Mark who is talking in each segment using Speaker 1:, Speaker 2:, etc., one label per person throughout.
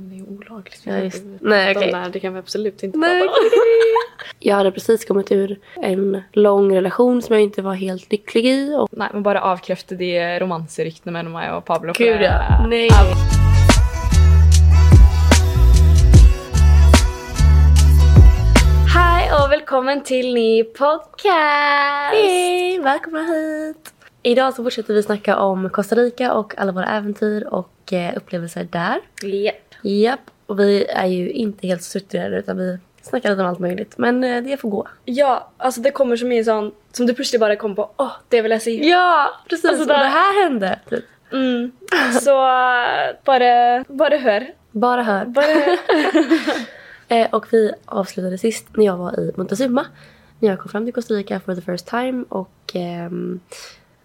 Speaker 1: Det är olagligt.
Speaker 2: Ja, just. Nej, okej.
Speaker 1: De där, det kan vi absolut inte
Speaker 2: Nej,
Speaker 1: prata om.
Speaker 2: Jag hade precis kommit ur en lång relation som jag inte var helt lycklig i. Och
Speaker 1: Nej, men bara avkräfta de romansryktene mellom meg og Pablo. for
Speaker 2: Gud,
Speaker 1: det-
Speaker 2: ja. Nej.
Speaker 3: Hei og velkommen til ny podcast!
Speaker 2: Hej! Välkomna hit! Idag så fortsätter vi snacka om Costa Rica och alla våra äventyr och eh, upplevelser där.
Speaker 3: Yep.
Speaker 2: Japp, och vi är ju inte helt strukturerade utan vi snackar lite om allt möjligt. Men eh, det får gå.
Speaker 3: Ja,
Speaker 2: alltså
Speaker 3: altså det kommer så mye sånn som du plutselig bare kommer på Å, det vil jeg si.
Speaker 2: Ja, precis!
Speaker 3: Alltså,
Speaker 2: och
Speaker 3: där-
Speaker 2: det här hände! Typ.
Speaker 3: Mm. Så eh, bare, bare hør.
Speaker 2: Bara hör.
Speaker 3: Bare hør.
Speaker 2: Eh, och vi avslutade sist när jag var i Montezuma. När jag kom fram till Costa Rica for the first time och ehm,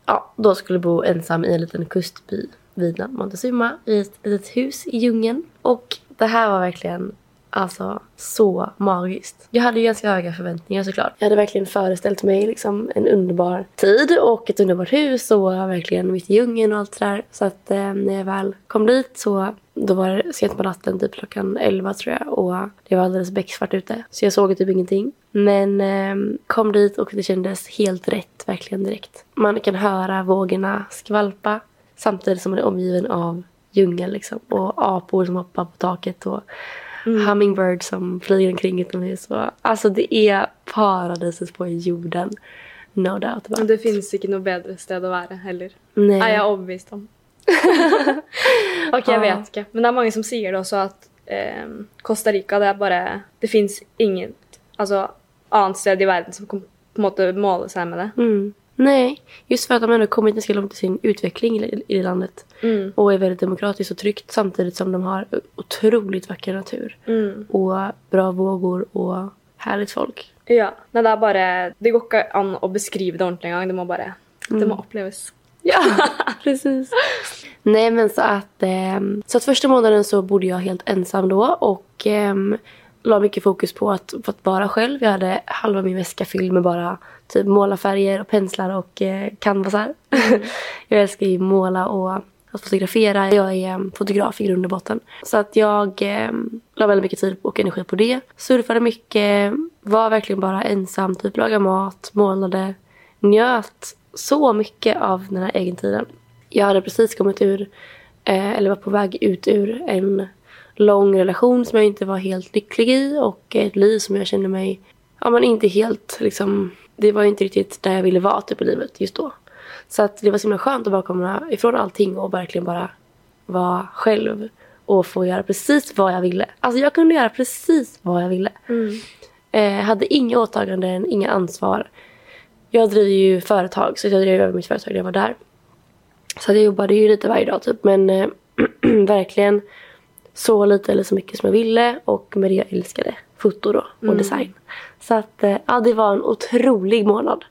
Speaker 2: ja, då skulle bo ensam i en liten kustby vid namn Montezuma i ett litet hus i djungeln. Och det här var verkligen Alltså så magiskt. Jag hade ju ganska höga förväntningar såklart. Jag hade verkligen föreställt mig liksom en underbar tid och ett underbart hus och verkligen mitt i djungeln och allt sådär. Så att eh, när jag väl kom dit så då var det sent på natten, typ klockan 11 tror jag och det var alldeles becksvart ute. Så jag såg typ ingenting. Men eh, kom dit och det kändes helt rätt, verkligen direkt. Man kan höra vågorna skvalpa samtidigt som man är omgiven av djungel liksom och apor som hoppar på taket och Hummingbird som flyger omkring utomhus. Och, alltså det är paradiset på jorden. No doubt about
Speaker 3: Det finnes ikke noe bedre sted å være heller.
Speaker 2: Nej.
Speaker 3: Er jeg overbevist om. ok, jeg
Speaker 2: Ja.
Speaker 3: vet ikke. Men det er mange som sier det også, at eh, Costa Rica det er bare Det fins inget altså, annet sted i verden som kan på en måte måle seg med det.
Speaker 2: Mm. Nej, just för att de ändå kommit ganska långt i sin utveckling i, i det landet.
Speaker 3: Mm.
Speaker 2: Och är väldigt demokratiskt och tryggt samtidigt som de har otroligt vacker natur.
Speaker 3: Mm.
Speaker 2: Och bra vågor og härligt folk.
Speaker 3: Ja. Nei, det er bare Det går ikke an å beskrive det ordentlig engang. Det må bare Det må oppleves.
Speaker 2: Ja, precis. Nej men så att, ehm, så att första månaden så bodde jag helt ensam då och um, la mycket fokus på att, på att vara själv. Jag hade halva min väska fylld med bara typ målarfärger och penslar och eh, canvasar. jag älskar ju måla och att fotografera. Jag är ehm, fotograf i grund och botten. Så att jag um, la väldigt mycket tid och energi på det. Surfade mycket, var verkligen bara ensam, typ lagade mat, målade njöt så mycket av den här egentiden. Jag hade precis kommit ur, eh, eller var på väg ut ur en lång relation som jag inte var helt lycklig i och ett liv som jag kände mig, ja men inte helt liksom, det var ju inte riktigt där jag ville vara typ i livet just då. Så att det var så himla skönt att bara komma ifrån allting och verkligen bara vara själv och få göra precis vad jag ville. Alltså jag kunde göra precis vad jag ville. Eh, hade inga åtaganden, inga ansvar. Jag driver ju företag, så jag drev över mitt företag när jag var där. Så att jag jobbade ju lite varje dag typ, men eh, verkligen så lite eller så mycket som jag ville och med det jag älskade. Foto då och design. Så att eh, ja, det var en otrolig månad.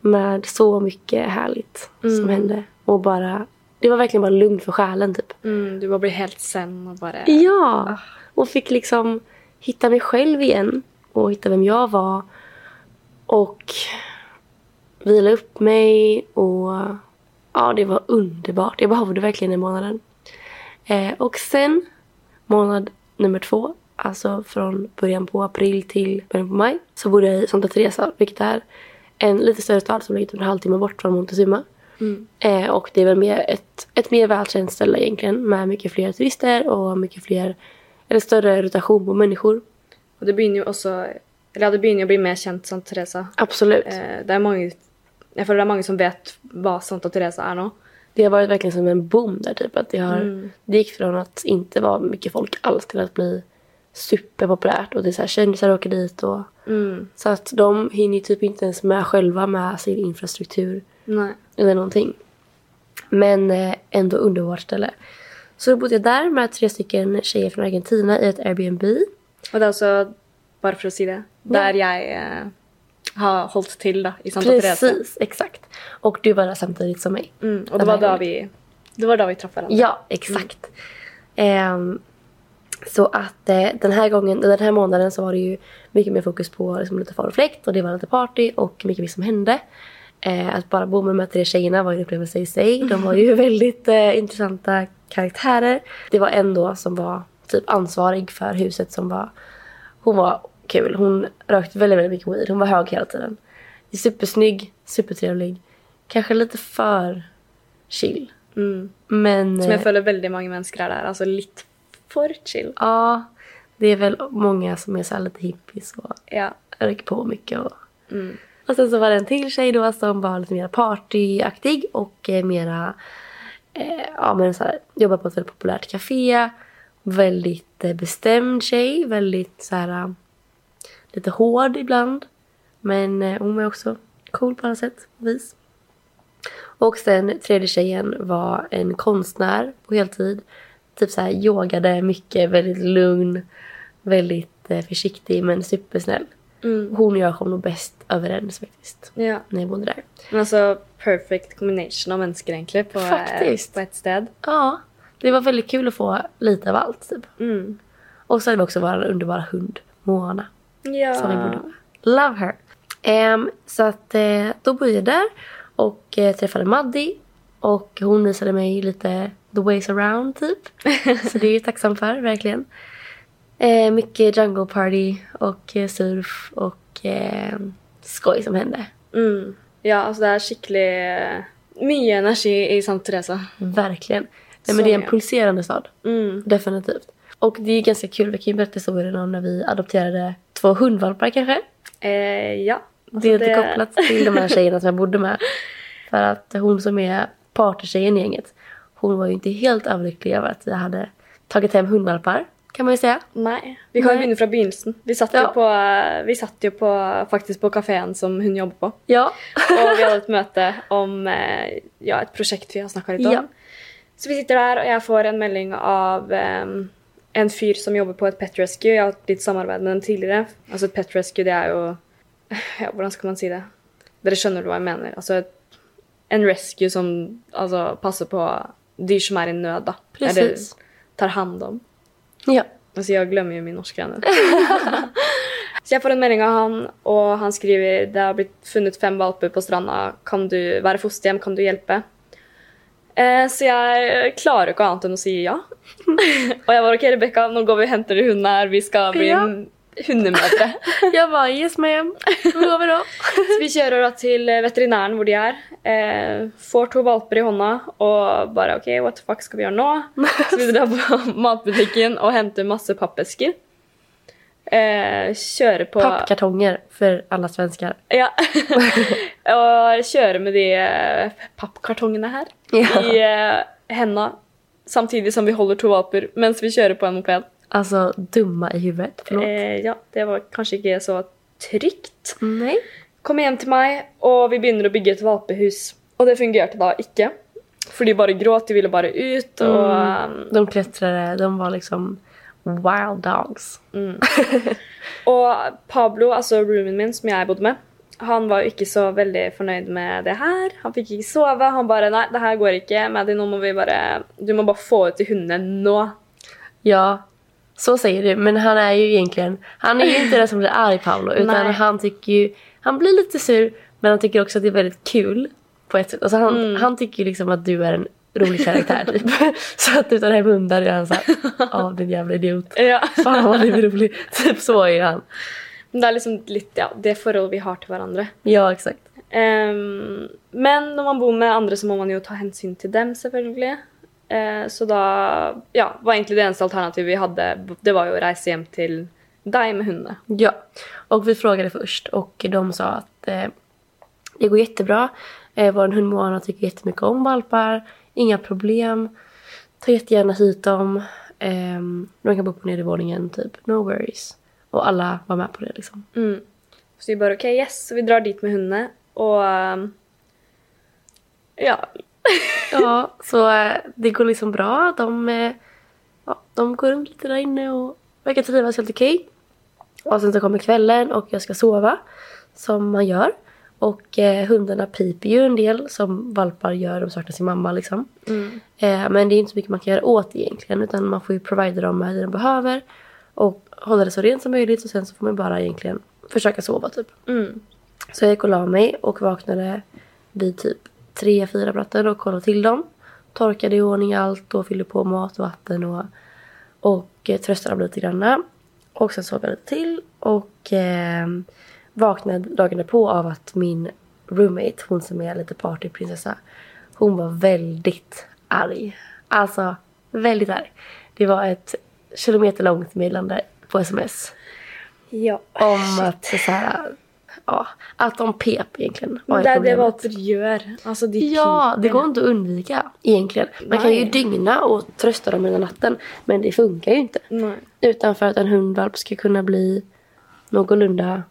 Speaker 2: Med så mycket härligt som hände. Och bara, det var verkligen bara lugn för själen typ.
Speaker 3: Mm, du bare blir helt zen og bare
Speaker 2: Ja! Och fick liksom hitta mig själv igen och hitta vem jag var. Och vila upp mig och ja, det var underbart. Jag behövde verkligen den månaden. Eh, och sen månad nummer två, alltså från början på april till början på maj, så bodde jag i Santa Teresa, vilket är en lite större stad som ligger typ en halvtimme bort från Montezuma. Eh, och det är väl mer ett, ett mer välkänt ställe egentligen med mycket fler turister och mycket fler, eller större rotation på människor.
Speaker 3: Og det begynner jo også Eller ja, det begynner jo å bli mer kjent, Santa Teresa.
Speaker 2: Absolut.
Speaker 3: Eh, det er mange Jeg føler det er mange som vet hva Santa Teresa er nå.
Speaker 2: Det har varit verkligen som en boom där typ. Att det, har, det gick från att inte vara mycket folk alls till att bli superpopulärt och det är så här kändisar åker dit och så att de hinner ju typ inte ens med själva med sin infrastruktur
Speaker 3: Nei.
Speaker 2: eller någonting. Men eh, ändå underbart ställe. Så då bodde jag där med tre stycken tjejer från Argentina i ett Airbnb.
Speaker 3: Og det er også, bare for å si det, der jeg eh, har holdt til, da, i Santa Teresa.
Speaker 2: Precis, exakt. Och du var där samtidigt som mig.
Speaker 3: Mm, og det var da vi Det var da vi traff hverandre.
Speaker 2: Ja, exakt. Ehm, så att eh, den här gången, den här månaden så var det ju mycket mer fokus på liksom, lite far och fläkt och det var lite party och mycket mer som hände. Eh, att bara bo med de här tre tjejerna var ju en upplevelse i sig. De var ju väldigt eh, intressanta karaktärer. Det var en då som var typ ansvarig för huset som var... Hon var kul. Hon rökte väldigt, väldigt mycket weed. Hon var hög hela tiden. Supersnygg, supertrevlig. Kanske lite för chill.
Speaker 3: Mm.
Speaker 2: Men... eh,
Speaker 3: Som jag føler veldig mange mennesker er der. Altså litt for alltså chill.
Speaker 2: Ja, det är väl många som är så här lite hippies och
Speaker 3: Ja.
Speaker 2: röker på mycket. Och...
Speaker 3: Mm.
Speaker 2: och sen så var det en till tjej då som var lite mer partyaktig och eh, mera eh, ja, men så här, jobbade på ett väldigt populärt café. Väldigt eh, bestämd tjej, väldigt så här eh, lite hård ibland. Men eh, hon var också cool på alla sätt och vis. Och sen tredje tjejen var en konstnär på heltid. Typ så här yogade mycket, väldigt lugn, väldigt eh, försiktig men supersnäll.
Speaker 3: Mm.
Speaker 2: Hon och jag kom nog bäst överens faktiskt.
Speaker 3: ja.
Speaker 2: När jag bodde där.
Speaker 3: Men altså perfect combination av mennesker, egentlig, på, eh,
Speaker 2: Faktisk.
Speaker 3: på ett sted.
Speaker 2: Ja, det var väldigt kul att få lite av allt typ.
Speaker 3: Mm.
Speaker 2: Och så hade vi också vår underbara hund Moana.
Speaker 3: Ja.
Speaker 2: Som vi bodde med. Love her. Ehm, så att eh, då bodde jag där och eh, träffade Maddi. Och hon visade mig lite the ways around typ. Så det är jag tacksam för verkligen. Eh, mycket jungle party och eh, surf och eh, skoj som hände.
Speaker 3: Mm. Ja, altså det er skikkelig mye energi i Sant Teresa.
Speaker 2: Verkligen. Nej,
Speaker 3: Så
Speaker 2: men det är en
Speaker 3: är-
Speaker 2: pulserande stad.
Speaker 3: Mm.
Speaker 2: Definitivt. Och det är ganska kul, vi kan ju berätta historien om när vi adopterade två hundvalpar kanske.
Speaker 3: Eh, ja.
Speaker 2: Alltså, det är inte kopplat till de här tjejerna som jag bodde med. För att hon som är partytjejen i gänget, hon var ju inte helt överlycklig över att jag hade tagit hem hundvalpar, kan man ju säga.
Speaker 3: Nei. Vi kan jo
Speaker 2: Nei.
Speaker 3: begynne fra begynnelsen. Vi satt
Speaker 2: Ja.
Speaker 3: jo på, vi satt jo på, faktisk på kafeen som hun jobber på.
Speaker 2: Ja.
Speaker 3: Og vi hadde et møte om eh, ja, et prosjekt vi har snakka litt om.
Speaker 2: Ja.
Speaker 3: Så vi sitter der, og jeg får en melding av eh, en fyr som jobber på et pet rescue. Jeg har hatt litt samarbeid med dem tidligere. Altså et pet rescue, det er jo ja, Hvordan skal man si det? Dere skjønner hva jeg mener. Altså et, en rescue som altså, passer på dyr som er i nød, da.
Speaker 2: Precis.
Speaker 3: Eller tar hand om.
Speaker 2: Ja.
Speaker 3: Alltså jag glömmer ju min norska ännu. så jag får en melding av han och han skriver det har blivit funnit fem valpar på stranda. Kan du vara fosterhem? Kan du hjälpa? Eh, så jag klarar inte annat än att säga ja. och jag var okej Rebecka, nu går vi och hämtar hunden här. Vi ska bli
Speaker 2: Ja.
Speaker 3: en hundemöte.
Speaker 2: Jag bara yes ma'am, då går vi då.
Speaker 3: Så vi kjører da til eh, veterinæren hvor de er. Eh, får to valper i hånda og bare OK, what the fuck skal vi gjøre nå? Så vi drar på matbutikken og henter masse pappesker. Eh, kjører på
Speaker 2: Pappkartonger för alla svenskar.
Speaker 3: Ja. og kjører med de eh, pappkartongene her i eh, henda samtidig som vi holder to valper mens vi kjører på en moped.
Speaker 2: Alltså dumma i huvudet, förlåt.
Speaker 3: Eh, ja, det var kanskje ikke så trygt.
Speaker 2: Nej.
Speaker 3: kom hjem til meg, og vi begynner å bygge et valpehus. Og det fungerte da ikke. For de bare gråt, de ville bare ut, og um,
Speaker 2: Mm. De klättrade, de var liksom wild dogs.
Speaker 3: Og Pablo, altså roomien min, som jeg bodde med, han var jo ikke så veldig fornøyd med det her. Han fikk ikke sove. Han bare Nei, det her går ikke. Maddie, nå må vi bare Du må bare få ut de hundene nå.
Speaker 2: Ja, så säger du. Men han är ju egentligen... Han är ju inte den som blir arg, Paolo. Utan
Speaker 3: Nej.
Speaker 2: han tycker ju... Han blir lite sur, men han tycker också att det är väldigt kul. På ett sätt. Alltså han, han tycker ju liksom att du är en rolig karaktär, typ. så att du tar hem hundar är han såhär... Ja, din jävla idiot.
Speaker 3: Ja.
Speaker 2: Fan vad du är rolig. Typ så är han.
Speaker 3: Men det er liksom litt ja, det forholdet vi har til hverandre.
Speaker 2: Ja, exakt.
Speaker 3: Ehm, men når man bor med andre, så må man jo ta hensyn til dem, selvfølgelig. Eh, så da ja, var egentlig det eneste alternativet vi hadde, det var jo å reise hjem til deg med hundene.
Speaker 2: Ja, och vi frågade först och de sa att eh, det går jättebra. Eh, vår hund Moana tycker jättemycket om valpar. Inga problem. Ta jättegärna hit dem. Eh, de kan bo på nedervåningen, typ. No worries. Och alla var med på det liksom.
Speaker 3: Så vi bare OK, yes, så vi drar dit med hundene. Og ehm, ja.
Speaker 2: Ja, så eh, det går liksom bra. De, eh, ja, de går runt lite där inne och verkar trivas helt okej. Och sen så kommer kvällen och jag ska sova, som man gör. Och eh, hundarna piper ju en del, som valpar gör. De saknar sin mamma liksom. Eh, men det är inte så mycket man kan göra åt egentligen. Utan man får ju provida dem med det de behöver. Och hålla det så rent som möjligt. Och sen så får man bara egentligen försöka sova typ.
Speaker 3: Mm.
Speaker 2: Så jag gick och la mig och vaknade vid typ tre fyra på natten och kollade till dem. Torkade i ordning allt och fyllde på mat och vatten och, Och eh, tröstade dem lite granna. Och sen sov jag lite till. Och eh, vaknade dagen därpå av att min roommate, hon som är lite partyprinsessa, hon var väldigt arg. Alltså väldigt arg. Det var ett kilometerlångt meddelande på sms.
Speaker 3: Ja.
Speaker 2: Om att så här, ja, att de pep egentligen.
Speaker 3: Men
Speaker 2: ju
Speaker 3: det, det
Speaker 2: problemet.
Speaker 3: var ett rör. Alltså de
Speaker 2: Ja, det
Speaker 3: piper.
Speaker 2: går inte att undvika egentligen. Man kan ju
Speaker 3: Nej.
Speaker 2: dygna och trösta dem hela natten, men det funkar ju inte.
Speaker 3: Nej.
Speaker 2: Utan för att en hundvalp ska kunna bli någorlunda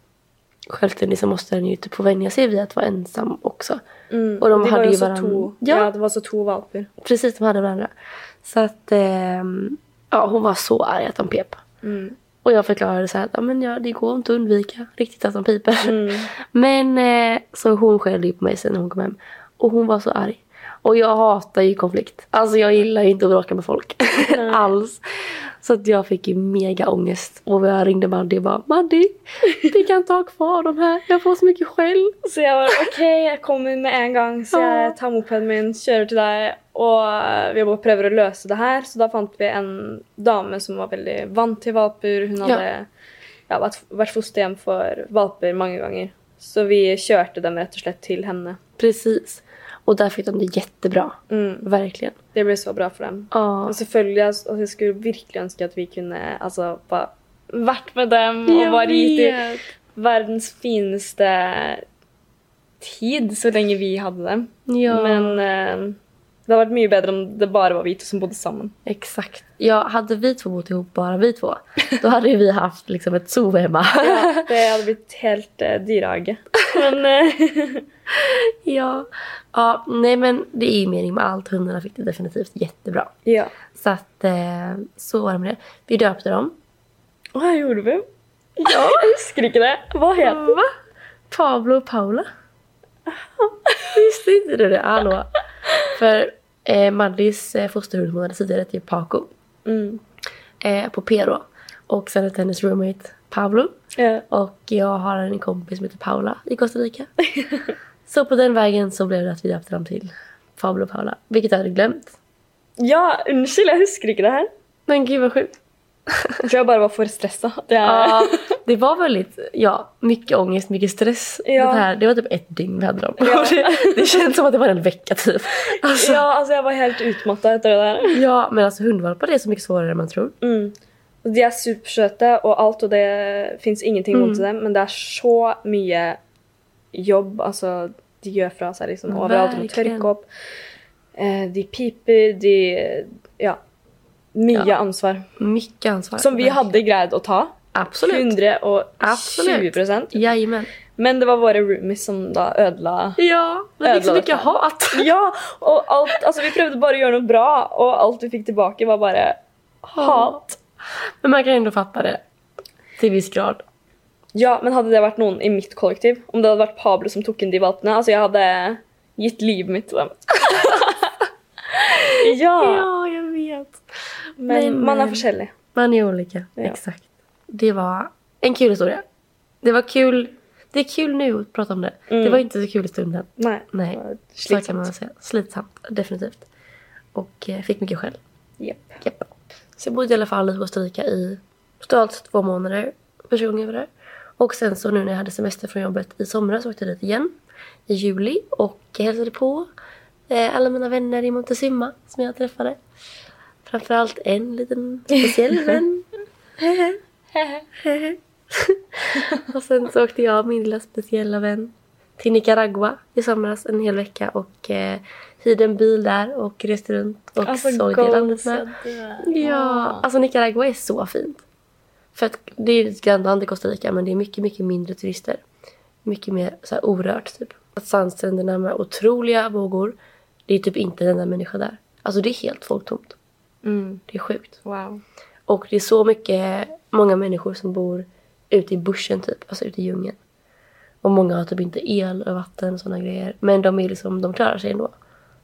Speaker 2: självständig så måste den ju typ få vänja sig vid att vara ensam också.
Speaker 3: Mm.
Speaker 2: Och de
Speaker 3: det
Speaker 2: hade
Speaker 3: var
Speaker 2: ju
Speaker 3: så
Speaker 2: varann-
Speaker 3: To,
Speaker 2: Ja.
Speaker 3: ja. det var så två valpar.
Speaker 2: Precis, de hade varandra. Så att ehm, ja, hon var så arg att de pep.
Speaker 3: Mm.
Speaker 2: Och jag förklarade så här att ja, men ja, det går inte att undvika riktigt att de piper.
Speaker 3: Mm.
Speaker 2: Men eh, så hon skällde ju på mig sen när hon kom hem. Och hon var så arg. Och jag hatar ju konflikt. Alltså jag gillar ju inte att bråka med folk. Alls. Så att jag fick ju mega ångest. Och jag ringde Mandy och bara Mandy, vi kan inte ha kvar de här. Jag får så mycket skäll.
Speaker 3: Så jag var okej, jag kommer med en gång. Så
Speaker 2: Ja.
Speaker 3: jag tar mopeden min, kjører til deg. Og vi bare prøver å løse det her. Så da fant vi en dame som var veldig vant til valper. Hun hadde ja. vært, vært fosterhjem for valper mange ganger. Så vi kjørte dem rett og slett til henne.
Speaker 2: Precis. Och där fick de det jättebra.
Speaker 3: Mm.
Speaker 2: Verkligen.
Speaker 3: Det ble så bra for dem.
Speaker 2: Ja.
Speaker 3: Og selvfølgelig, altså, jeg skulle virkelig ønske at vi kunne altså, bare vært med dem og
Speaker 2: Jag
Speaker 3: bare gitt dem
Speaker 2: vet.
Speaker 3: verdens fineste tid så lenge vi hadde dem.
Speaker 2: Ja.
Speaker 3: Men eh, det hadde vært mye bedre om det bare var vi to som bodde sammen.
Speaker 2: Exakt. Ja, hade vi två bott ihop, bara vi två, då hade ju vi haft liksom ett zoo hemma.
Speaker 3: Det hadde blitt helt uh, dyrehage. Men eh,
Speaker 2: Ja. ja, nej men det är ju meningen med allt. Hundarna fick det definitivt jättebra.
Speaker 3: ja.
Speaker 2: Så att eh, så var det med det. Vi döpte dem.
Speaker 3: Hva gjorde vi? Ja, jeg husker ikke det. Hva het den?
Speaker 2: Va? Pablo och Paula. Visste inte du det? Hallå. För eh, Maddys eh, fosterhund hon hade tidigare till Paco
Speaker 3: Mm.
Speaker 2: eh, på Pero. Och sen hette hennes roommate Pablo.
Speaker 3: Ja.
Speaker 2: Och jag har en kompis som heter Paula i Costa Rica. så på den vägen så blev det att vi döpte dem till Pablo och Paula. Vilket jag hade glömt.
Speaker 3: ja, unnskyld, jeg husker ikke det her.
Speaker 2: Men gud vad sjukt.
Speaker 3: Jeg tror jeg bare var for stressa. Det er...
Speaker 2: Ja, det var väldigt, ja, mycket ångest, mycket stress.
Speaker 3: Ja.
Speaker 2: Det, här, det var typ ett dygn vi hade dem.
Speaker 3: Ja.
Speaker 2: Och Det, det känns som att det var en vecka typ. Alltså,
Speaker 3: ja,
Speaker 2: ja.
Speaker 3: altså, jeg var helt utmatta etter det der.
Speaker 2: men alltså hundvalpar är så mycket svårare än man tror.
Speaker 3: Mm. Og De er supersøte og alt, og det fins ingenting
Speaker 2: Mm.
Speaker 3: vondt i dem, men det er så mye jobb altså, de gjør fra seg liksom, overalt. De må
Speaker 2: Mm, Verkligen.
Speaker 3: tørke opp, eh, de piper, de Ja. Mye
Speaker 2: Ja.
Speaker 3: ansvar.
Speaker 2: Mycket ansvar.
Speaker 3: Som vi hadde greid å ta.
Speaker 2: Absolut.
Speaker 3: 120
Speaker 2: Jajamän.
Speaker 3: Men det var våre roomies som da ødela
Speaker 2: Ja, men det är så
Speaker 3: Jävlar,
Speaker 2: mycket hat.
Speaker 3: Ja! Og alt Altså, vi prøvde bare å gjøre noe bra, og alt vi fikk tilbake, var bare hat.
Speaker 2: Men man kan ändå fatta det. Till viss grad.
Speaker 3: Ja, men hadde det vært noen i mitt kollektiv, om det hadde vært Pablo som tok inn de alltså valpene Altså, jeg hadde gitt livet mitt til dem. ja,
Speaker 2: Ja, jag vet.
Speaker 3: men
Speaker 2: men-
Speaker 3: man er forskjellig.
Speaker 2: Man är olika.
Speaker 3: Ja.
Speaker 2: Exakt. Det var en kul historia. Det var kul. Det är kul nu att prata om det. Det
Speaker 3: Mm.
Speaker 2: var inte så kul i stunden.
Speaker 3: Nei.
Speaker 2: Nej, så kan man
Speaker 3: Slitsomt.
Speaker 2: väl säga. Slitsamt, definitivt. Och eh, fick mycket skäll.
Speaker 3: Jepp.
Speaker 2: Japp. Så jag bodde i alla fall i Costa Rica i totalt två månader. Första gången jag var där. Och sen så nu när jag hade semester från jobbet i somras åkte jag dit igen. I juli och hälsade på eh, alla mina vänner i Montezuma som jag träffade. Framförallt en liten speciell vän. och sen så åkte jag och min lilla speciella vän till Nicaragua i somras en hel vecka och eh, hyrde en bil där och reste runt och
Speaker 3: Alltså,
Speaker 2: såg det landet med. Alltså,
Speaker 3: Ah.
Speaker 2: Ja, alltså Nicaragua är så fint. För att det är ju ett grannland till Costa Rica men det är mycket, mycket mindre turister. Mycket mer så här orört typ. Att sandstränderna med otroliga vågor. Det är typ inte en enda människa där. Alltså det är helt folktomt.
Speaker 1: Mm.
Speaker 2: Det är sjukt.
Speaker 1: Wow.
Speaker 2: Och det är så mycket, många människor som bor ute i bushen typ, alltså ute i djungeln. Och många har typ inte el och vatten och sådana grejer. Men de är liksom, de klarar sig ändå.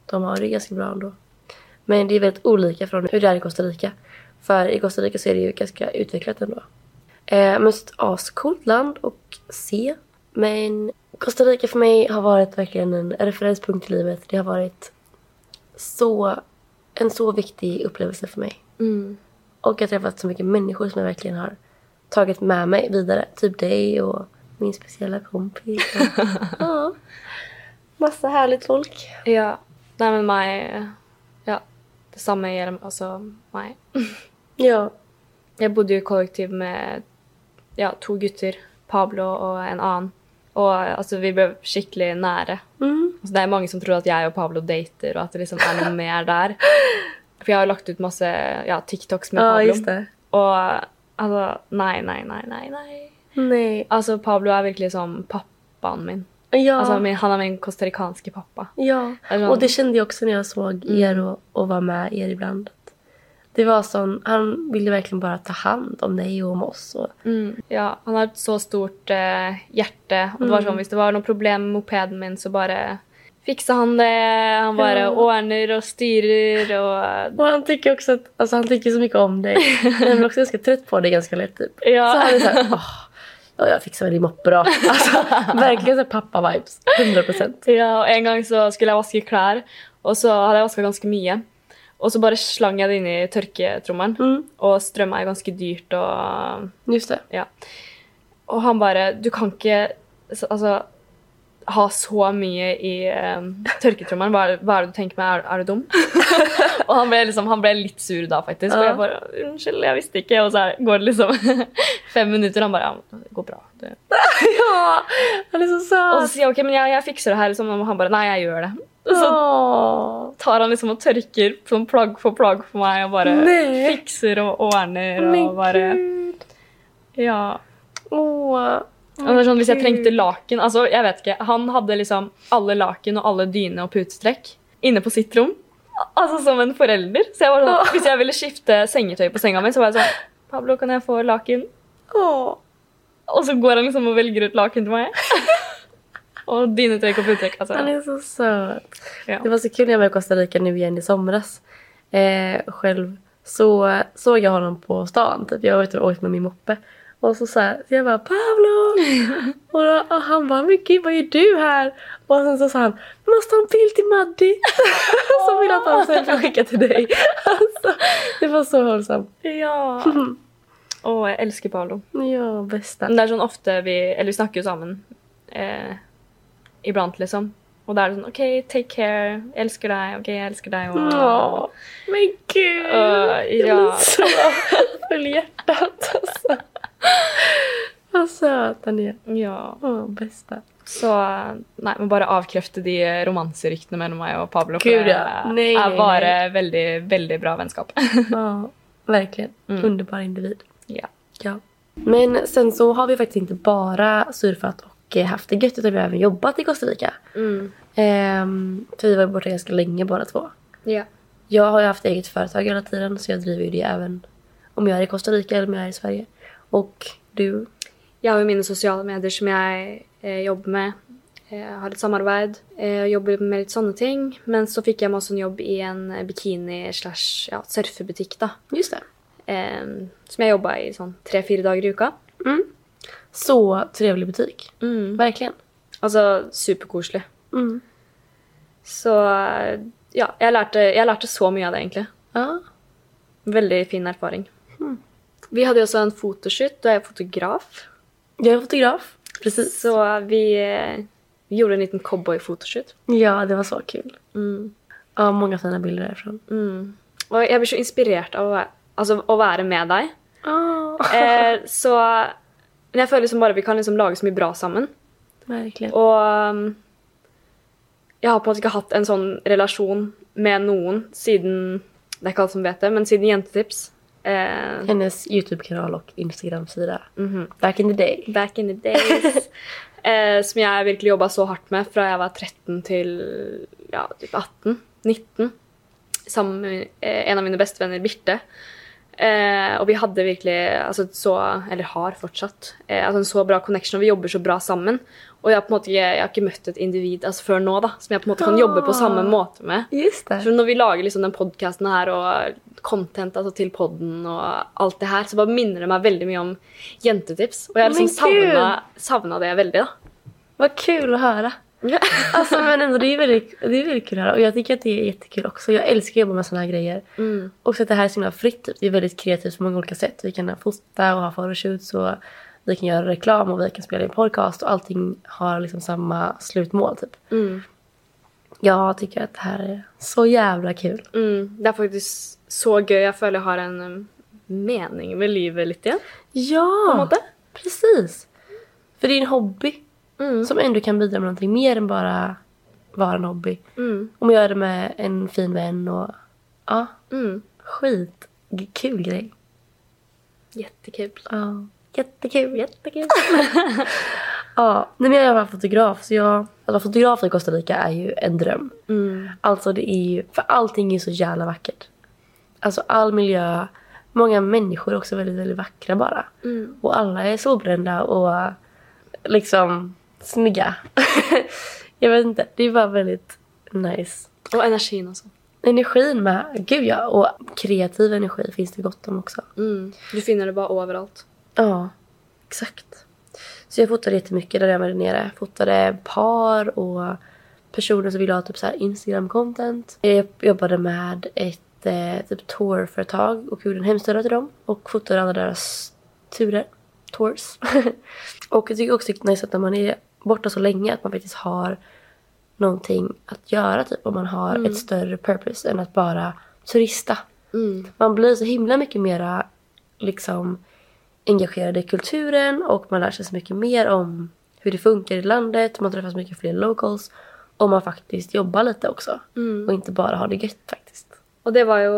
Speaker 2: De har det ganska bra ändå. Men det är väldigt olika från hur det är i Costa Rica. För i Costa Rica så är det ju ganska utvecklat ändå. Eh, men så ett ascoolt land och se. Men Costa Rica för mig har varit verkligen en referenspunkt i livet. Det har varit så, en så viktig upplevelse för mig. Och jag har träffat så mycket människor som jag verkligen har tagit med mig vidare. Typ dig och min speciella kompis. Och, ja. Massa härligt folk.
Speaker 3: Ja. Nei, men meg Ja. Det samme gjelder altså meg.
Speaker 2: Ja.
Speaker 3: Jeg bodde jo i kollektiv med ja, to gutter, Pablo og en annen. Og altså, vi ble skikkelig nære.
Speaker 2: Mm.
Speaker 3: Altså, det er mange som tror at jeg og Pablo dater, og at det liksom er noe mer der. For jeg har lagt ut masse ja, TikToks med
Speaker 2: Ja,
Speaker 3: Pablo. alltså,
Speaker 2: just det.
Speaker 3: Og altså Nei, nei, nei, nei. nei.
Speaker 2: Nej.
Speaker 3: Altså, Alltså, Pablo er virkelig som pappaen min.
Speaker 2: Ja.
Speaker 3: Altså, min, han er min costaricanske pappa.
Speaker 2: Ja,
Speaker 3: Eller-
Speaker 2: och det kände jag också när jag såg
Speaker 3: Mm.
Speaker 2: er och, och var med er ibland. Att Det var sån, han ville verkligen bara ta hand om dig och om oss. Och,
Speaker 3: Ja, han har ett så stort eh, hjärte. Och det
Speaker 2: Mm.
Speaker 3: var sånn, Hvis det var noe problem med mopeden min, så bare fiksa han det. Han bare
Speaker 2: Ja.
Speaker 3: ordner och styrer og
Speaker 2: och han tycker också att, alltså han tycker så mycket om dig. Men han blir också ganska trött på dig ganska lätt typ. Så
Speaker 3: Ja.
Speaker 2: han är såhär, åh, ja jag fixar väl din moppe då. Alltså verkligen såhär pappa-vibes, 100%. procent.
Speaker 3: ja, og En gang så skulle jeg vaske klær, og så hadde jeg vaska ganske mye. Og så bare slang jeg det inn i tørketrommelen.
Speaker 2: Mm.
Speaker 3: Og strøm er ganske dyrt, og
Speaker 2: Just det.
Speaker 3: Ja. Og han bare Du kan ikke s- altså, ha så mye i um, tørketrommelen. Hva, er- hva er det du tenker med? Er, er du dum? og han ble, liksom, han ble litt sur da, faktisk. Og
Speaker 2: Ja.
Speaker 3: jeg bare Unnskyld, jeg visste ikke. Og så er, går det liksom fem minutter, og han bare Ja, det går bra. Det.
Speaker 2: Ja, han är så
Speaker 3: Og så
Speaker 2: söt.
Speaker 3: sier jeg OK, men jeg, jeg fikser det her, liksom. Og han bare Nei, jeg gjør det. Og så
Speaker 2: Åh,
Speaker 3: tar han liksom og tørker sånn plagg for plagg for meg og bare
Speaker 2: Nej.
Speaker 3: fikser og ordner og
Speaker 2: Men
Speaker 3: bare
Speaker 2: gud.
Speaker 3: Ja.
Speaker 2: Åh.
Speaker 3: Og det er sånn, hvis jeg
Speaker 2: Gud.
Speaker 3: trengte laken altså, jeg vet ikke, Han hadde liksom alle laken og alle dyne og putetrekk inne på sitt rom. Altså Som en forelder. Så jeg var sånn, Hvis jeg ville skifte sengetøy på senga mi, så var jeg sånn Pablo, kan jeg få laken?
Speaker 2: Åh.
Speaker 3: Og så går han liksom og velger ut laken til meg. og dynetrekk og putetrekk.
Speaker 2: Han
Speaker 3: Altså.
Speaker 2: är så söt.
Speaker 3: alltså, Ja.
Speaker 2: Det var så kul när jag var i Costa Rica nu igen i somras. Eh, själv så såg jag honom på stan. Typ. Jag var ute och åkte med min moppe. Och så, så, här, så jag bara Pablo! och, då, och han bara men gud vad gör du här? Och sen så sa han måste ha en bild till Maddi. så vill han ta en selfie och skicka till dig. alltså, det var så hållsamt. Mm.
Speaker 3: Ja. Og jeg elsker Pablo.
Speaker 2: Ja bästa.
Speaker 3: Men det er sånn ofte vi Eller vi snakker jo sammen eh, iblant, liksom. Og da er det sånn OK, take care. Jeg elsker deg. OK, jeg elsker deg. Og,
Speaker 2: Åh, men gud!
Speaker 3: Åh, Eh, ja.
Speaker 2: Jag blir så full i hjärtat alltså. Vad söt han är.
Speaker 3: Ja.
Speaker 2: Åh, bästa.
Speaker 3: Så nei, men bare avkrefte de romanseryktene mellom meg og Pablo. For
Speaker 2: Gud,
Speaker 3: det
Speaker 2: ja. Nei, nei,
Speaker 3: er bare veldig, veldig bra vennskap.
Speaker 2: Ja, verkligen.
Speaker 3: Mm.
Speaker 2: Underbar individ.
Speaker 3: ja.
Speaker 2: Ja. Men sen så har vi faktiskt inte bara surfat och eh, haft det gött utan vi har även jobbat i Costa Rica. Mm, Ehm, för vi var borta ganska länge båda två.
Speaker 3: ja.
Speaker 2: Jag har ju haft eget företag hela tiden så jag driver ju det även om jeg er i Costa Rica eller om jag är i Sverige. Och du?
Speaker 3: Jeg har jo mine sosiale medier som jeg eh, jobber med. Jeg har et samarbeid eh, og jobber med litt sånne ting. Men så fikk jeg meg også en jobb i en eh, bikini- slash ja, surfebutikk, da.
Speaker 2: Just det.
Speaker 3: Eh, som jeg jobba i sånn tre-fire dager i uka.
Speaker 2: Så trevlig butik. Verkligen.
Speaker 3: Altså superkoselig. Alltså,
Speaker 2: Mm.
Speaker 3: Så ja, jeg lærte, jeg lærte så mye av det, egentlig.
Speaker 2: Ja.
Speaker 3: Veldig fin erfaring. Vi hadde jo også en fotoshoot, og jeg er fotograf.
Speaker 2: Jag är fotograf. Precis.
Speaker 3: Så vi eh, gjorde en liten cowboy-fotoshoot.
Speaker 2: Ja, det var så kul. Mm. Ja, många fina bilder därifrån.
Speaker 3: Og jeg blir så inspirert av å være, altså, å være med deg.
Speaker 2: Ja,
Speaker 3: Eh, så men jeg føler liksom bare vi kan liksom lage så mye bra sammen.
Speaker 2: verkligen.
Speaker 3: Og um, jeg har på en måte ikke hatt en sånn relasjon med noen siden Det er ikke alle som vet det, men siden Jentetips. Eh,
Speaker 2: Hennes YouTube-kanal och Instagram-sida.
Speaker 3: Mhm.
Speaker 2: Back in the day.
Speaker 3: Back in the days. eh, som jeg virkelig jobba så hardt med fra jeg var 13 til ja, typ 18. 19. Sammen med eh, en av mine bestevenner, Birte. Eh, og vi hadde virkelig altså, et så, eller har fortsatt, eh, altså en så bra connection, og vi jobber så bra sammen. Og jeg har på en måte ikke, jeg har ikke møtt et individ alltså, altså, før nå da, som jeg på en måte kan jobbe på samme måte med.
Speaker 2: Just
Speaker 3: Så når vi lager liksom den podcasten her og content altså til podden och allt det her, så bare minner det meg veldig mye om jentetips. Og jeg har liksom
Speaker 2: Men kul!
Speaker 3: savna, savna det veldig, da.
Speaker 2: Vad kul att höra. Alltså men ändå, det är väldigt, det är väldigt kul här. Och jag tycker att det är jättekul också. Jag älskar att jobba med sådana här grejer.
Speaker 3: Mm.
Speaker 2: Och så att det här är så himla fritt. typ. Det är väldigt kreativt på många olika sätt. Vi kan fota och ha photoshoots och vi kan göra reklam och vi kan spela in podcast och allting har liksom samma slutmål typ.
Speaker 3: Mm.
Speaker 2: Jag tycker att det här är så jävla kul.
Speaker 3: Mm. Det er faktisk så gøy. Jeg føler jeg har en um, mening med livet litt igjen.
Speaker 2: Ja!
Speaker 3: På en måte.
Speaker 2: Precis! För det är en hobby
Speaker 3: Mm.
Speaker 2: som ändå kan bidra med någonting mer än bara vara en hobby.
Speaker 3: Mm.
Speaker 2: Om jag gör det med en fin vän och ja,
Speaker 3: Mm.
Speaker 2: skit. G- Kul grej.
Speaker 3: Jättekul.
Speaker 2: Ja. Jättekul, jättekul. ja, nej men jag har varit fotograf så jag, att vara fotograf i Costa Rica är ju en dröm.
Speaker 3: Mm.
Speaker 2: Alltså det är ju, för allting är så jävla vackert. Alltså all miljö, många människor är också väldigt, väldigt vackra bara.
Speaker 3: Mm.
Speaker 2: Och alla är solbrända och eh, liksom snygga. jag vet inte, det är bara väldigt nice.
Speaker 3: Og energien også.
Speaker 2: Energin med, gud ja, och kreativ energi finns det gott om också.
Speaker 3: Mm. Du finner det bare overalt.
Speaker 2: Ja, exakt. Så jag fotade jättemycket där jag var där nere. Fotade par och personer som ville ha typ så här Instagram-content. Jag jobbade med ett eh, typ tourföretag och gjorde en hemsida till dem och fotade alla deras turer, tours. och jag tycker också det är nice att när man är borta så länge att man faktiskt har någonting att göra typ om man har ett större purpose än att bara turista.
Speaker 3: Mm.
Speaker 2: Man blir så himla mycket mera liksom, engagerad i kulturen och man lär sig så mycket mer om hur det funkar i landet. Man träffar så mycket fler locals och man faktiskt jobbar lite också. Och inte bara har det gött faktiskt.
Speaker 3: Og det var jo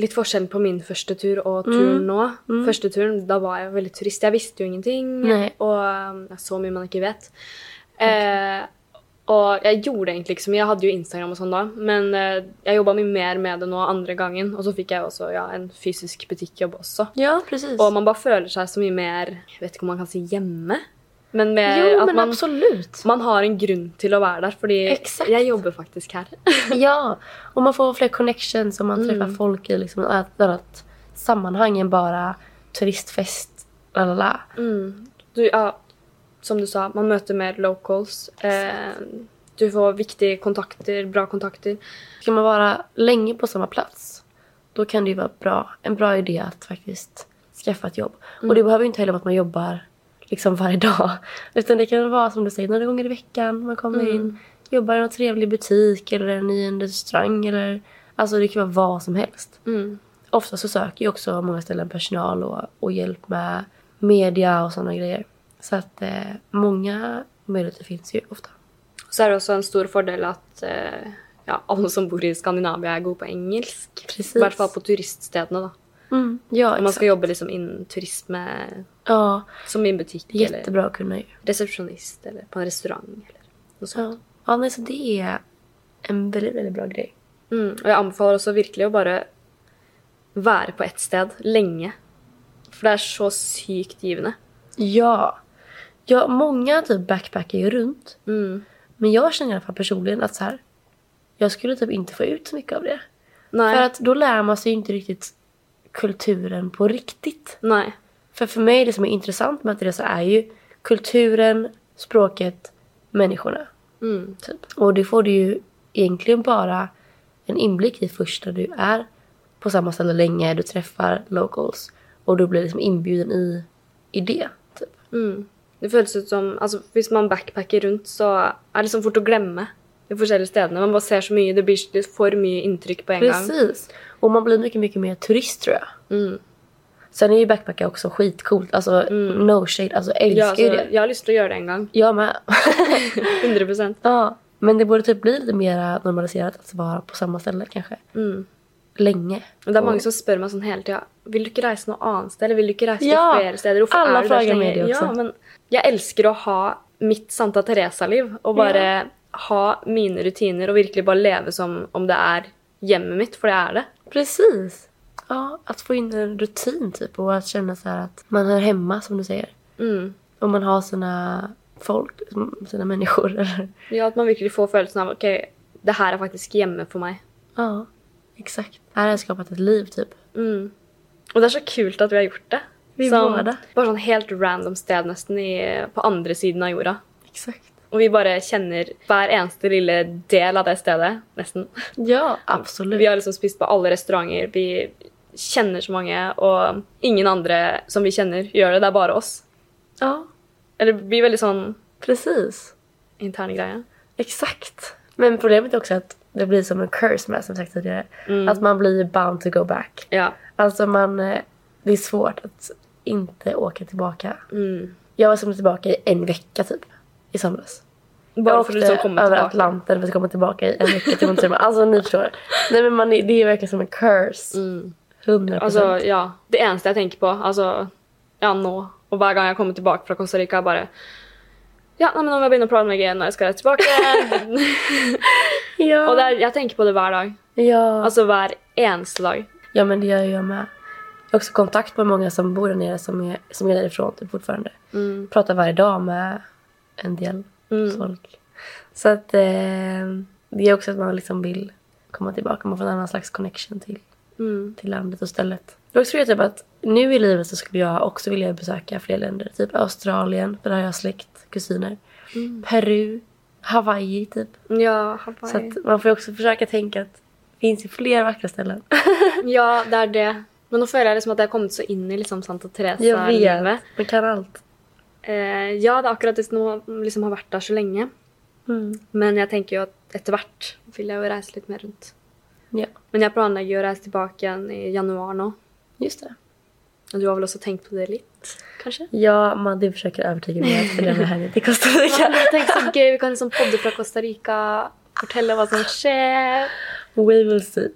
Speaker 3: litt forskjellen på min første tur og
Speaker 2: Mm.
Speaker 3: turen nå. Første turen, da var jeg veldig turist. Jeg visste jo ingenting.
Speaker 2: Nei.
Speaker 3: Og um, det er så mye man ikke vet. Eh, og jeg gjorde egentlig ikke så mye. Jeg hadde jo Instagram og sånn da. Men eh, jeg jobba mye mer med det nå andre gangen. Og så fikk jeg jo også ja, en fysisk butikkjobb også.
Speaker 2: Ja, precis.
Speaker 3: Og man bare føler seg så mye mer Jeg vet ikke om man kan si hjemme. Men mer
Speaker 2: jo,
Speaker 3: at
Speaker 2: men
Speaker 3: eh, man,
Speaker 2: absolut.
Speaker 3: man har en grunn til å være der. Fordi
Speaker 2: Exakt.
Speaker 3: jeg jobber faktisk her.
Speaker 2: ja, och man får fler connections och man
Speaker 3: Mm.
Speaker 2: träffar folk i liksom ett annat sammanhang än bara turistfest. La, la, la.
Speaker 3: Mm. Du, ja, som du sa, man møter mer locals. Eh, du får viktige kontakter, bra kontakter.
Speaker 2: Ska man vara länge på samma plats, då kan det ju vara bra, en bra idé att faktiskt skaffa ett jobb.
Speaker 3: Mm.
Speaker 2: Och det behöver ju inte heller vara att man jobbar liksom varje dag. Utan det kan vara som du säger, några gånger i veckan. Man kommer
Speaker 3: Mm.
Speaker 2: in, jobbar i någon trevlig butik eller en i en restaurang. Eller, alltså det kan vara vad som helst.
Speaker 3: Mm.
Speaker 2: Ofta så söker ju också många ställen personal och, och hjälp med media och sådana grejer. Så att eh, många möjligheter finns ju ofta.
Speaker 3: Så er det også en stor fordel at eh, ja, alle som bor i Skandinavia, er gode på engelsk.
Speaker 2: Precis.
Speaker 3: I hvert fall på turiststedene, da.
Speaker 2: Mm, ja,
Speaker 3: Om man
Speaker 2: exakt.
Speaker 3: skal jobbe liksom innen turisme,
Speaker 2: Ja,
Speaker 3: som i en butikk eller
Speaker 2: jättebra att kunna ju.
Speaker 3: resepsjonist eller på en restaurant. eller noe sånt.
Speaker 2: Ja, ja nej, så det är en väldigt, väldigt bra grej.
Speaker 3: Mm. Og jeg anbefaler også virkelig å bare være på ett sted lenge. For det er så sykt givende.
Speaker 2: Ja. ja många typ backpackar ju runt.
Speaker 3: Mm.
Speaker 2: Men jag känner i alla fall personligen att så här, jag skulle typ inte få ut så mycket av det.
Speaker 3: Nei.
Speaker 2: För att då lär man sig ju inte riktigt kulturen på riktigt.
Speaker 3: Nei.
Speaker 2: För för mig det som är intressant med att resa är ju kulturen, språket, människorna.
Speaker 3: Mm.
Speaker 2: Typ. Och det får du ju egentligen bara en inblick i först när du är på samma ställe länge, du träffar locals och du blir liksom inbjuden i, i det. Typ.
Speaker 3: Mm. Det føles ut som altså, Hvis man backpacker rundt, så er det liksom fort å glemme de forskjellige stedene. Man bare ser så mye. Det blir litt for mye inntrykk på en gang.
Speaker 2: Precis. Och man blir mycket, mycket mer turist tror jag.
Speaker 3: Mm.
Speaker 2: Sen är ju backpacka också skitcoolt. Alltså no shade, alltså jag älskar
Speaker 3: Mm. Ja, altså,
Speaker 2: ju det.
Speaker 3: jeg har lyst til å gjøre det en gang.
Speaker 2: Jag med.
Speaker 3: 100
Speaker 2: ja. Men det borde typ bli lite mer normaliserat att vara på samma ställe kanske.
Speaker 3: mm.
Speaker 2: Länge.
Speaker 3: Men Det er mange som spør meg sånn hele tida Vil du ikke reise noe annet sted, eller vil du ikke reise
Speaker 2: Ja,
Speaker 3: til flere steder? Hvorfor
Speaker 2: alle
Speaker 3: er du der så
Speaker 2: plager
Speaker 3: lenge?
Speaker 2: med det også.
Speaker 3: Ja, men jeg elsker å ha mitt Santa Teresa-liv. Og bare ha mine rutiner och virkelig bare leve som om det er hjemmet mitt, for det er det.
Speaker 2: Precis. Ja, att få in en rutin typ och att känna så här att man hör hemma som du säger.
Speaker 3: Mm.
Speaker 2: Om man har sina folk, sina människor. Eller,
Speaker 3: Ja, att man virkelig får følelsen av ok, det her er faktisk hjemme for meg.
Speaker 2: ja, exakt. Här har jag skapat ett liv typ.
Speaker 3: Mm. Og det er så kult at vi har gjort det.
Speaker 2: Vi
Speaker 3: Som-
Speaker 2: var det.
Speaker 3: Bare sånn helt random sted nesten i, på andre siden av jorda.
Speaker 2: Exakt.
Speaker 3: Og vi bare kjenner hver eneste lille del av det stedet, nesten.
Speaker 2: Ja, absolut.
Speaker 3: Vi har liksom spist på alle restauranter. Vi kjenner så mange, og ingen andre som vi kjenner, gjør det. Det er bare oss.
Speaker 2: Ja,
Speaker 3: Eller det blir veldig sånn
Speaker 2: precis.
Speaker 3: intern greie.
Speaker 2: Exakt. Men problemet är också att det blir som en curse med, som sagt tidigare. Att man blir bound to go back.
Speaker 3: Ja.
Speaker 2: Alltså man, eh, det är svårt att inte åka tillbaka.
Speaker 3: Mm.
Speaker 2: Jag var som tillbaka i en vecka typ, i somras.
Speaker 3: Bare
Speaker 2: jag
Speaker 3: for å liksom komme
Speaker 2: över
Speaker 3: tilbake.
Speaker 2: Atlanten för att komma tillbaka i en vecka till Montezuma. Alltså ni förstår. Nej men man, är- det är verkligen som en curse.
Speaker 3: Mm. Alltså,
Speaker 2: 100%.
Speaker 3: Altså, ja. Det eneste jeg tenker på, altså Ja, nå. Og hver gang jeg kommer tilbake fra Costa Rica, er bare Ja, nei, men nå må jeg begynne å planlegge når jeg skal reise tilbake.
Speaker 2: ja.
Speaker 3: og det er, jeg tenker på det hver dag.
Speaker 2: ja.
Speaker 3: Altså hver eneste dag.
Speaker 2: ja men det gör jag med. Jag har også kontakt med många som bor där nere som är, som är därifrån typ, fortfarande.
Speaker 3: Mm.
Speaker 2: Pratar varje dag med en del folk. Så att eh, det är också att man liksom vill komma tillbaka. Man får en annan slags connection till
Speaker 3: Mm.
Speaker 2: till landet och stället. Jag tror jag typ att nu i livet så skulle jag också vilja besöka fler länder. Typ Australien, för där har jag släkt, kusiner.
Speaker 3: Mm.
Speaker 2: Peru, Hawaii typ.
Speaker 3: Ja,
Speaker 2: Så
Speaker 3: Hawaii.
Speaker 2: att man får ju också försöka tänka att det finns ju fler vackra ställen.
Speaker 3: Ja, det er det. Men nå føler jeg liksom at jeg har kommet så inn i liksom Santa Teresa-livet.
Speaker 2: Man kan allt.
Speaker 3: Eh, ja, det er akkurat det som liksom har vært der så lenge.
Speaker 2: Mm.
Speaker 3: Men jeg tenker jo at etter hvert vil jeg jo reise litt mer rundt.
Speaker 2: Ja,
Speaker 3: Men jeg planlegger jo å reise tilbake igjen i januar nå.
Speaker 2: just det.
Speaker 3: Og du har vel også tenkt på det litt, kanskje?
Speaker 2: Ja, man, du försöker övertyga mig att följa med henne till Costa
Speaker 3: Ja, men
Speaker 2: Rica.
Speaker 3: jeg tenker så gøy, Vi kan liksom podde fra Costa Rica, fortelle hva som skjer.
Speaker 2: We will see. I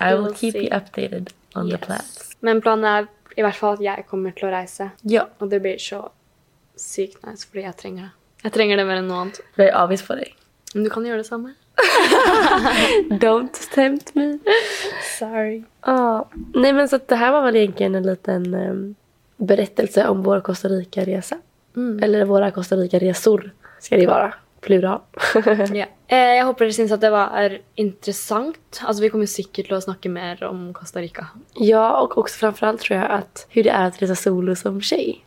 Speaker 3: We
Speaker 2: will
Speaker 3: will
Speaker 2: keep
Speaker 3: see.
Speaker 2: you updated on the
Speaker 3: Yes.
Speaker 2: plans.
Speaker 3: Men planen er i hvert fall at jeg kommer til å reise.
Speaker 2: Ja,
Speaker 3: Og det blir så sykt nice, fordi jag trenger det. Jeg trenger det mer enn noe annet.
Speaker 2: jag är avis på dig.
Speaker 3: Men du kan gjøre det samme.
Speaker 2: Don't tempt me.
Speaker 3: Sorry.
Speaker 2: Ja, nej men så att det här var väl egentligen en liten em, berättelse om vår Costa Rica-resa.
Speaker 3: Mm.
Speaker 2: Eller våra Costa Rica-resor ska det vara, plural.
Speaker 3: Ja. Eh, jeg håper dere syns at det var interessant. Altså, Vi kommer sikkert til å snakke mer om Costa Rica.
Speaker 2: ja, och också framförallt tror jag att hur det är att resa solo som tjej.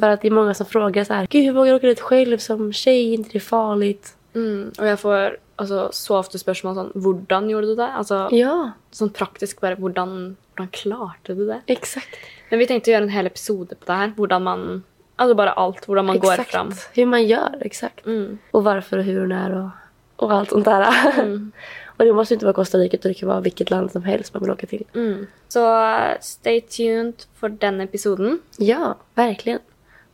Speaker 2: För att det är många som frågar så här, gud hur vågar du åka dit själv som tjej, Är inte det farligt?
Speaker 3: Mm. Og jeg får altså, så ofte spørsmål sånn Hvordan gjorde du det? Alltså, Altså,
Speaker 2: Ja,
Speaker 3: sånn praktisk bare hvordan, hvordan klarte du det?
Speaker 2: exakt.
Speaker 3: Men vi tenkte å gjøre en hel episode på det her. Hvordan man Altså bare alt. Hvordan man går
Speaker 2: exakt.
Speaker 3: fram.
Speaker 2: Hur man gör, exakt.
Speaker 3: Mm.
Speaker 2: Och varför och hur och när och, och allt sånt där.
Speaker 3: mm,
Speaker 2: och det måste ju inte vara Costa Rica utan det kan vara vilket land som helst man vill åka till.
Speaker 3: Mm. Så eh, stay tuned for den episoden.
Speaker 2: Ja, verkligen.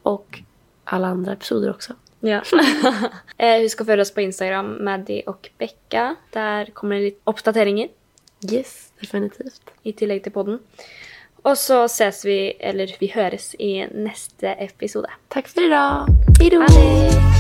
Speaker 2: Och alla andra episoder också.
Speaker 3: Ja. Eh, Husk å følge oss på Instagram, Maddy og Bekka. Der kommer det litt oppdateringer
Speaker 2: Yes, definitivt.
Speaker 3: i tillegg til podden. Og så ses vi, eller vi høres, i neste episode.
Speaker 2: Tack för idag. Hej då!
Speaker 3: Ha det!